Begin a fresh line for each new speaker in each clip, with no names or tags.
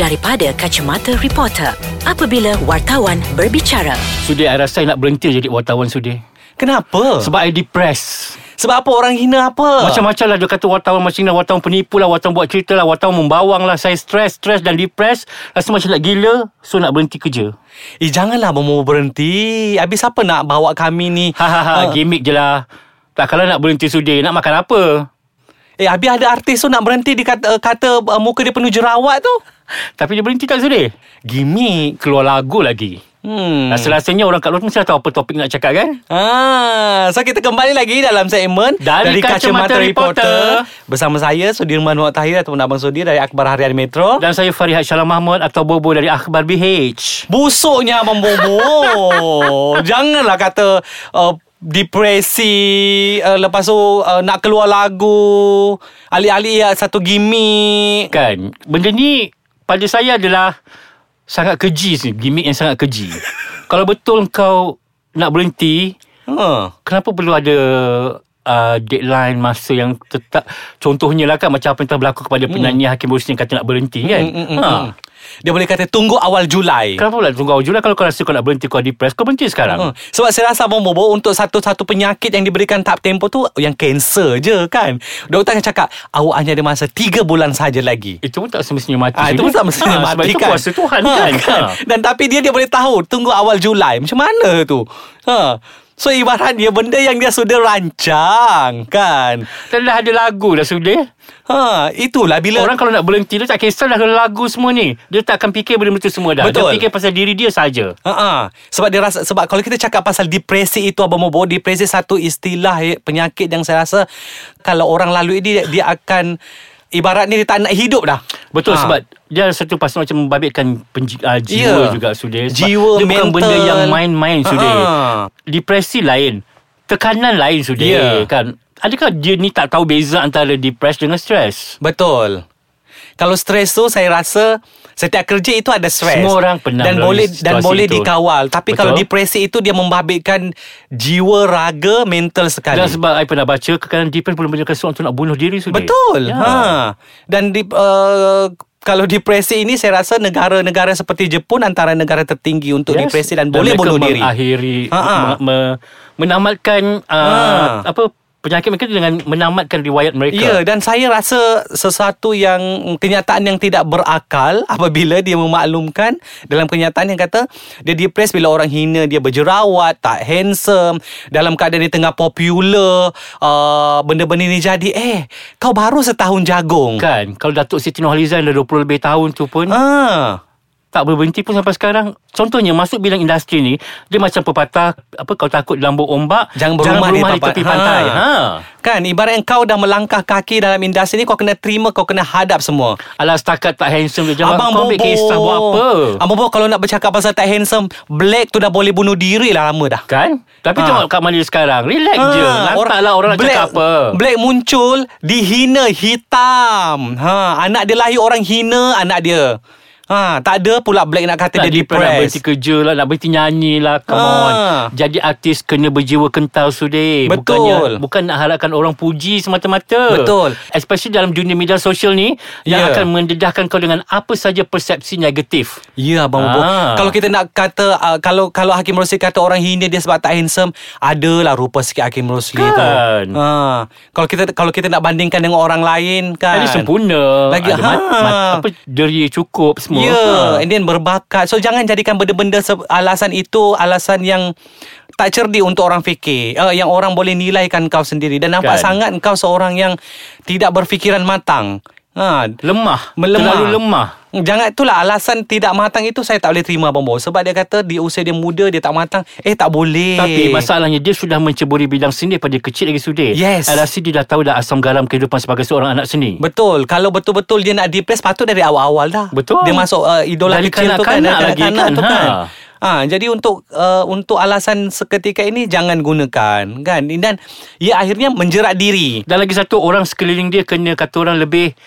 daripada kacamata reporter apabila wartawan berbicara.
Sudi, I rasa I nak berhenti jadi wartawan Sudi.
Kenapa? Sebab,
Sebab I depressed.
Sebab apa orang hina apa?
Macam-macam lah dia kata wartawan macam ni, wartawan penipu lah, wartawan buat cerita lah, wartawan membawang lah. Saya stres, stres dan depressed. Rasa macam nak gila, so nak berhenti kerja.
Eh janganlah Momo berhenti Habis siapa nak bawa kami ni
Hahaha,
Ah.
Ha, gimmick je lah. Tak kalah nak berhenti Sudi, nak makan apa?
Eh habis ada artis tu nak berhenti Dia kata, kata uh, muka dia penuh jerawat tu
Tapi dia berhenti tak Sudi?
Gimik
Keluar lagu lagi.
Hmm.
Rasa-rasanya orang kat luar tu mesti dah tahu apa topik nak cakap kan?
Ah, so kita kembali lagi dalam segmen
Dari Kacamata Reporter.
bersama saya Sudirman Muhammad Tahir ataupun Abang Sudir dari Akhbar Harian Metro.
Dan saya Farihat Shalom Mahmud atau Bobo dari Akhbar BH.
Busuknya Abang Bobo. Janganlah kata uh, depresi uh, lepas tu uh, nak keluar lagu alih-alih ya, satu gimmick.
Kan Benda ni Pada saya adalah Sangat keji sih Gimik yang sangat keji Kalau betul kau Nak berhenti
Huh.
Kenapa perlu ada uh, Deadline Masa yang tetap Contohnya lah kan Macam apa yang telah berlaku Kepada
Hmm.
penyanyi Hakim Bursin Yang kata nak berhenti kan
Mm, mm, mm. Dia boleh kata tunggu awal Julai.
Kenapa pula tunggu awal Julai Kalau kau rasa kau nak berhenti Kau depressed Kau berhenti sekarang
Hmm. Sebab saya rasa Abang Bobo Untuk satu-satu penyakit Yang diberikan tahap tempo tu Yang kanser je kan Doktor akan cakap Awak hanya ada masa 3 bulan saja lagi
Itu pun tak semestinya mati
Ah,
Sudi.
itu pun tak mesti ha,
Sebab
mati
itu
kan
kuasa Tuhan
Ha,
kan, kan?
Dan tapi dia dia boleh tahu Tunggu awal Julai Macam mana tu ha. So ibarat dia benda yang dia sudah rancang kan
Dah ada lagu dah sudah
ha, Itulah bila
Orang kalau nak berhenti Dia tak kisah dah lagu semua ni Dia tak akan fikir benda itu semua dah Dia
Betul.
fikir pasal diri dia saja.
Ha sebab dia rasa sebab kalau kita cakap pasal depresi itu abang Mobo depresi satu istilah eh, penyakit yang saya rasa kalau orang lalui dia dia akan ibaratnya dia tak nak hidup dah.
Betul
Ha.
ha. sebab dia satu pasal macam membabitkan penji, uh, jiwa
Ya.
juga Sudir. Sebab
Jiwa,
dia bukan
mental.
benda yang main-main Sudir.
Ha.
Depresi lain, tekanan lain Sudir
Ya.
kan. Adakah dia ni tak tahu beza antara depres dengan stres?
Betul. Kalau stres tu saya rasa setiap kerja itu ada stres.
Semua orang pernah
dan
melalui
boleh dan
situasi
boleh
itu.
dikawal. Tapi
Betul.
kalau depresi itu dia membabitkan jiwa, raga, mental sekali.
Dan sebab saya pernah baca kadang depres boleh menyebabkan seorang tu nak bunuh diri Sudir. Ya.
Betul. Ha. Dan di uh, kalau depresi ini saya rasa negara-negara seperti Jepun antara negara tertinggi untuk yes. depresi dan, boleh
mereka
bunuh diri.
Mengakhiri
Ha, ha.
me, me, menamatkan uh,
Ha.
apa penyakit mereka dengan menamatkan riwayat mereka.
Ya, dan saya rasa sesuatu yang mm, kenyataan yang tidak berakal apabila dia memaklumkan dalam kenyataan yang kata dia depres bila orang hina dia berjerawat, tak handsome, dalam keadaan dia tengah popular, uh, benda-benda ni jadi eh kau baru setahun jagung.
Kan Kalau Datuk Siti Nurhaliza Yang dah 20 lebih tahun tu pun ha?
Ah.
Tak berhenti pun sampai sekarang Contohnya Masuk bidang industri ni Dia macam pepatah Apa kau takut lambung ombak
Jangan berumah,
jangan berumah di,
di,
tepi pantai ha.
Kan ibarat yang kau dah melangkah kaki dalam industri ni kau kena terima kau kena hadap semua.
Alah setakat tak handsome je Jangan kau ambil kisah buat apa
Abang Bobo kalau nak bercakap pasal tak handsome, black tu dah boleh bunuh diri lah lama dah.
Kan Tapi
Ha.
tengok kat Malaysia sekarang Relax ha. je Lantaklah orang, orang nak
Ah, black,
cakap apa
Black muncul Dihina hitam ha, Anak dia lahir orang hina Anak dia ha, Tak ada pula Black nak kata
Tak
dia
depressed. Nak berhenti
depressed
kerja lah Nak berhenti nyanyi lah Come
Ah.
on Jadi artis kena berjiwa kental sudi
Betul.
Bukannya, Bukan nak harapkan orang puji semata-mata
Betul.
Especially dalam dunia media sosial ni Yang
Ya.
yeah. akan mendedahkan kau dengan Apa saja persepsi negatif
Ya Abang Bobo
Ah.
Kalau kita nak kata uh, Kalau kalau Hakim Rosli kata orang hina dia sebab tak handsome Adalah rupa sikit Hakim Rosli tu
Kan.
ha. Kalau kita kalau kita nak bandingkan dengan orang lain kan
Lagi sempurna
Lagi,
Ada mat,
ha.
mat, Apa Deri cukup semua
Ya yeah,
Ha.
And then berbakat So jangan jadikan benda-benda se- Alasan itu Alasan yang Tak cerdik untuk orang fikir uh, Yang orang boleh nilaikan kau sendiri Dan nampak
Kan.
sangat Kau seorang yang Tidak berfikiran matang ha,
Lemah
Melemah.
Terlalu lemah
Jangan itulah alasan tidak matang itu saya tak boleh terima Abang Bo Sebab dia kata di usia dia muda dia tak matang Eh tak boleh
Tapi masalahnya dia sudah menceburi bidang seni daripada kecil lagi sudir.
Yes.
I rasa dia dah tahu dah asam garam kehidupan sebagai seorang anak seni.
Betul Kalau betul-betul dia nak depress Patut dari awal-awal dah
Betul.
Dia masuk uh, idola
Dari
kecil tu kan
kanak-kanak
Dari
lagi
kanak-kanak
kan,
tu kan
ha.
Ha, jadi untuk uh, untuk alasan seketika ini jangan gunakan kan dan ia akhirnya menjerat diri.
Dan lagi satu orang sekeliling dia kena kata orang lebih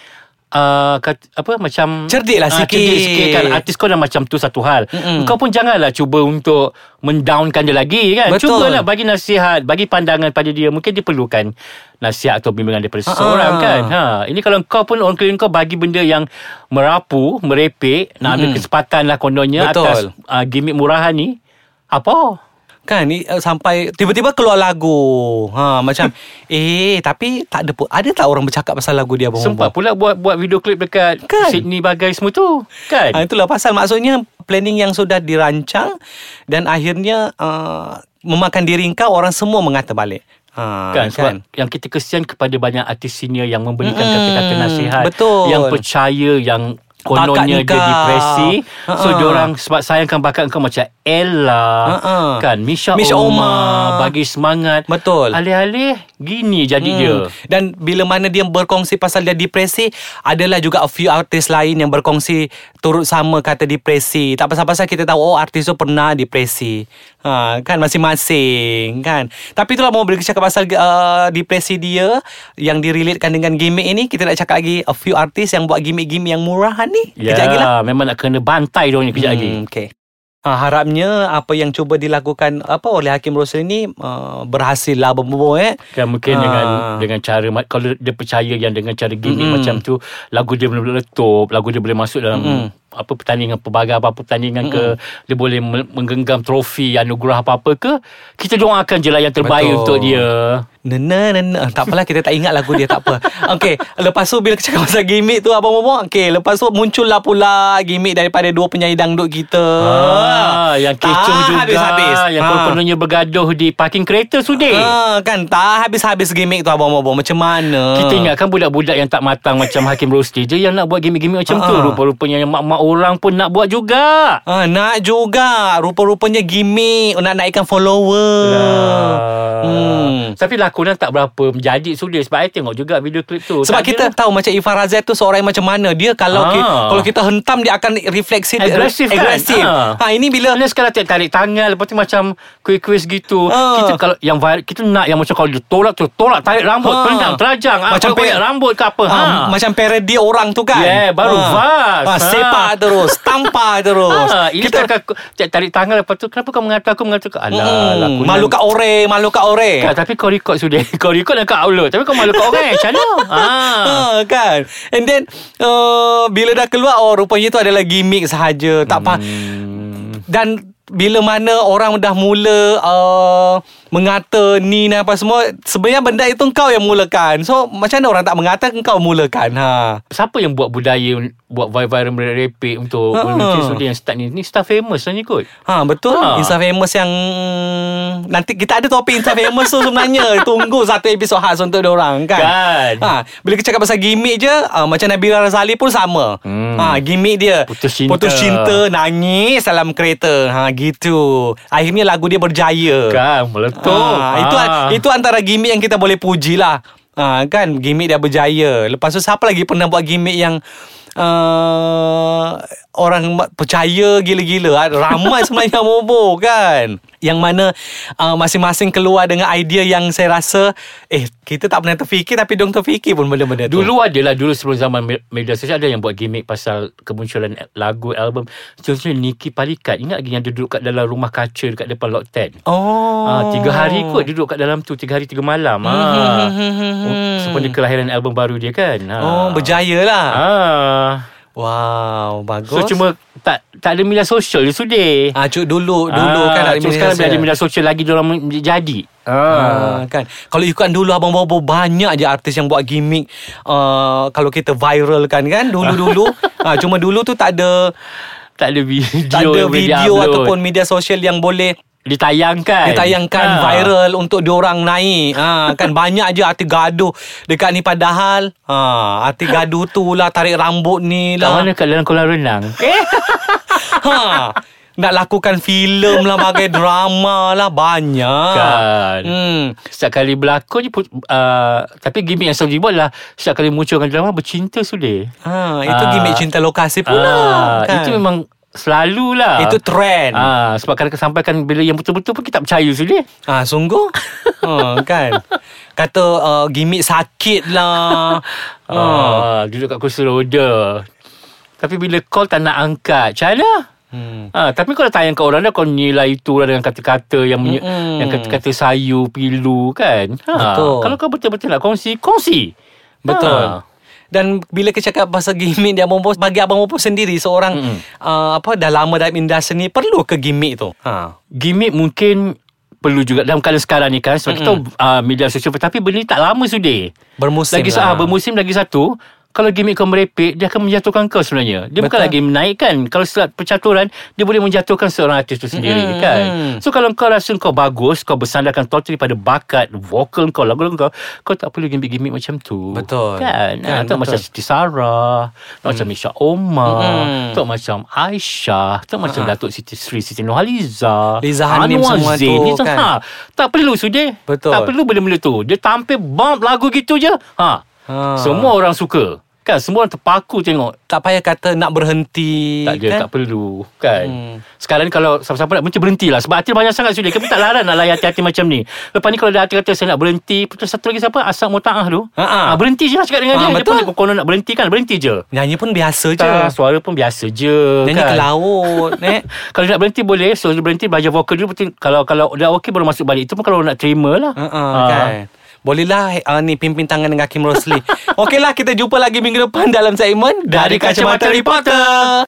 uh, kat, apa macam
Cerdik lah
Ah,
sikit.
cerdik sikit kan artis kau dah macam tu satu hal
Mm-mm.
kau pun janganlah cuba untuk mendownkan dia lagi kan
Betul.
cubalah bagi nasihat bagi pandangan pada dia mungkin dia perlukan nasihat atau bimbingan daripada
Ah.
seorang kan ha ini kalau kau pun orang klien kau bagi benda yang merapu merepek nak ambil
Mm-mm.
kesempatan lah kononnya
Betul.
atas uh, gimmick murahan ni apa
Kan ni uh, sampai tiba-tiba keluar lagu. Ha macam eh tapi tak ada pun ada tak orang bercakap pasal lagu dia abang?
Sempat
Bobo?
pula buat buat video klip dekat
Oh,
kan?
Kan?
Sydney bagai semua tu. Kan?
Ha, itulah pasal maksudnya planning yang sudah dirancang dan akhirnya uh, memakan diri kau orang semua mengata balik. Ha
kan sebab yang kita kesian kepada banyak artis senior yang memberikan
Mm-mm.
kata-kata nasihat
Betul.
yang percaya yang kononnya dia
Bakat kau.
depresi so
Ha-ha.
diorang sebab sayangkan bakat kau macam Ella
Ha-ha.
kan Misha,
Misha Omar.
bagi semangat
Betul.
alih-alih gini jadi
Hmm.
dia
Dan bila mana dia berkongsi pasal dia depresi, adalah juga a few artis lain yang berkongsi turut sama kata depresi. Tak pasal-pasal kita tahu oh artis tu pernah depresi. Ha, kan masing-masing kan. Tapi itulah mau boleh cakap pasal uh, depresi dia yang direlatekan dengan gimmick ini, kita nak cakap lagi a few artis yang buat gimmick-gimmick yang murahan ni.
ya
Kejap lagi lah.
memang nak kena bantai diorang ni kejap lagi
Hmm, okay. Ha, harapnya apa yang cuba dilakukan apa oleh Hakim Rosli ni uh, berhasil lah bobo eh.
Kan mungkin
Ah.
dengan dengan cara ma- kalau dia percaya yang dengan cara gimmick
Mm-mm.
mm-hmm. macam tu lagu dia boleh letup, lagu dia boleh masuk dalam
Mm-mm.
mm-hmm. apa pertandingan pelbagai apa pertandingan mm-hmm. ke, dia boleh me- menggenggam trofi anugerah apa-apa ke, kita doakan je lah yang terbaik Betul. untuk
Betul.
dia.
Nena nena Tak apalah kita tak ingat lagu dia Tak apa Okay Lepas tu bila cakap pasal gimmick tu Abang Bobo Okay lepas tu muncullah pula Gimmick daripada dua penyanyi dangdut kita
Ah, yang kecoh
Tak
juga
habis-habis.
yang
Ah.
konon-kononnya bergaduh di parking kereta sudi.
Ah, Kan tak habis-habis gimmick tu Abang Bobo Macam mana
Kita ingatkan budak-budak yang tak matang macam Hakim Rosti je yang nak buat gimmick-gimmick macam tu.
Ah.
Rupa-rupanya yang mak-mak orang pun nak buat juga.
Ah, nak juga Rupa-rupanya gimmick Nak naikkan follower
Lah.
Hmm.
Hmm. Tapi lakonan tak berapa menjadi sudah sebab saya tengok juga video klip tu.
Sebab
Tak
kita
ada
tahu macam Ifah Razia tu seorang yang macam mana dia kalau
Ah.
kita, kalau kita hentam dia akan refleksi
Agresif kan?
agresif.
Ah.
Ha ini bila
Bila sekarang tarik, tarik tangan Lepas tu macam Kuis-kuis gitu
Ah.
Kita kalau yang viral, Kita nak yang macam Kalau dia tolak tu Tolak tarik Eh, rambut
Ah.
Tendang terajang
Macam
Macam ah, koyak
pe-
rambut ke apa ha.
Ah, m- Macam parody orang tu kan
Yeah, baru vas.
ah,
Ah.
Sepak terus Tampar terus
ha. Ini kita akan Tarik tangan Lepas tu Kenapa kau mengatur aku Mengatur aku Alah
Hmm,
lakonan.
malu kat orang Malu kat orang
Kak, Tapi kau record sudah Kau record dan kau upload Tapi kau malu kat orang Macam mana ha.
Ah, kan And then uh, Bila dah keluar Oh rupanya tu adalah gimmick sahaja Tak apa
Hmm.
Dan bila mana orang dah mula uh, mengata ni dan apa semua sebenarnya benda itu engkau yang mulakan. So macam mana orang tak mengata engkau mulakan. Ha.
Siapa yang buat budaya Buat viral merepek Untuk
Ha.
uh. Sudah yang start ni Ni star famous lah ni kot
Ha betul
Ha.
ha. Insta famous yang nanti kita ada topik Insta famous tu sebenarnya tunggu satu episod khas untuk orang kan.
Kan.
Ha bila kita cakap pasal gimmick je uh, macam Nabila Razali pun sama. Hmm.
Hmm.
Ha gimmick dia
Putus cinta.
putus cinta nangis dalam kereta. Ha gitu. Akhirnya lagu dia berjaya.
Kan meletup Ha.
Ah, Ha. itu itu antara gimmick yang kita boleh puji lah. Ah, kan gimmick dia berjaya. Lepas tu siapa lagi pernah buat gimmick yang uh, orang ma- percaya gila-gila. Ah, Ramai sebenarnya Mobo kan. Yang mana uh, masing-masing keluar dengan idea yang saya rasa eh kita tak pernah terfikir tapi dong terfikir pun benda-benda tu.
Dulu adalah Dulu sebelum zaman me- media sosial Ada yang buat gimmick Pasal kemunculan lagu Album Contohnya Niki Palikat Ingat lagi yang dia duduk Kat dalam rumah kaca Dekat depan lot 10
Oh.
Ah, tiga hari kot duduk kat dalam tu Tiga hari tiga malam ah. Sempena kelahiran album baru dia kan ah.
Hmm. Oh, berjaya lah.
ah.
Wow, bagus.
So cuma tak tak ada media sosial dia sudah
ah, cu- dulu dulu
ah,
kan ada
so
media
sekarang bila
sosial.
ada media sosial lagi Diorang men- jadi
Ah, kan kalau ikutkan dulu abang bobo banyak je artis yang buat gimmick uh, kalau kita viral kan kan dulu-dulu ah cuma dulu tu tak ada
Tak ada video
tak ada
yang boleh
video
diupload.
ataupun media sosial yang boleh
Ditayangkan
ditayangkan
Ah.
viral untuk diorang naik ah kan banyak je artis gaduh dekat ni padahal ah artis gaduh tu lah tarik rambut ni
Kat
lah Eh.
mana kat dalam kolam renang
ha nak lakukan filem lah bagai drama lah banyak
Kan.
hmm
Setiap kali berlakon je put- uh, Tapi gimmick yang selalu dibuat lah Setiap kali muncul dengan drama Bercinta sudah
Ha, itu
Ah.
gimmick cinta lokasi pula.
Ah,
kan?
Itu memang Selalulah
Itu trend.
Ah, sebab kadang-kadang sampai kan bila yang betul-betul pun kita tak percaya sendiri.
Ah sungguh? ha kan. Kata uh, gimmick sakit lah. ha.
Ah, duduk kat kursi roda. Tapi bila call tak nak angkat. Macam mana?
Hmm.
Ah, tapi kalau tanya kat orang dah kau nilai itu lah dengan kata-kata yang menye- yang
Mm-mm.
kata-kata sayu, pilu kan. Ha,
Betul.
Kalau kau betul-betul nak kongsi, kongsi.
Betul.
Ha.
Dan bila kita cakap pasal gimmick dia Abang Bos Bagi Abang Bos sendiri Seorang
Mm-mm.
uh, apa Dah lama dalam industri ni Perlu ke gimmick tu? Ha.
gimmick mungkin perlu juga dalam keadaan sekarang ni kan sebab mm-hmm. kita uh, media sosial tapi benda ni tak lama sudah.
Bermusim
Lagi
lah.
lah. bermusim lagi satu kalau gimmick kau merepek dia akan menjatuhkan kau sebenarnya. Dia Betul. bukan
Betul.
lagi menaikkan. Kalau selat percaturan dia boleh menjatuhkan seorang artis tu sendiri
Mm-mm.
mm-hmm. kan. So kalau kau rasa kau bagus kau bersandarkan totally pada bakat vokal kau lagu kau kau tak perlu gimmick-gimmick macam tu.
Betul.
Kan.
Kan,
kan tak
betul. Hmm.
macam Siti Sarah, mm. tak macam Misha Omar,
Mm-mm.
mm. tak macam Aisyah, tak macam Datuk Siti Sri Siti Nurhaliza.
Liza Hanim
Anwar
semua
Zain ni
tu, kan?
ha, Tak perlu sudah
Betul.
Tak perlu benda-benda tu Dia tampil bump lagu gitu je ha.
Ha.
Semua orang suka Kan semua orang terpaku tengok
Tak payah kata nak berhenti
tak ada,
kan?
tak perlu Kan
Hmm.
hmm. Sekarang ni kalau Siapa-siapa nak berhenti Berhentilah Sebab hati banyak sangat sudah Kami tak larang nak layan hati-hati macam ni Lepas ni kalau dah hati kata Saya nak berhenti Terus satu lagi siapa Asap Muta'ah tu
Ha, ha.
Ah, Berhenti je lah cakap dengan
Ha,
dia Dia
betul.
pun konon nak berhenti kan Berhenti je
Nyanyi pun biasa je
Tak, suara pun biasa je
Nyanyi
kan?
ke laut eh?
Kalau nak berhenti boleh So dia berhenti belajar vokal dulu betul. Kalau kalau dah okey baru masuk balik Itu pun kalau nak terima lah
Uh-uh, kan. Bolehlah uh, ni pimpin tangan dengan Hakim Rosli. Okeylah kita jumpa lagi minggu depan dalam segmen
Dari Kacamata Reporter.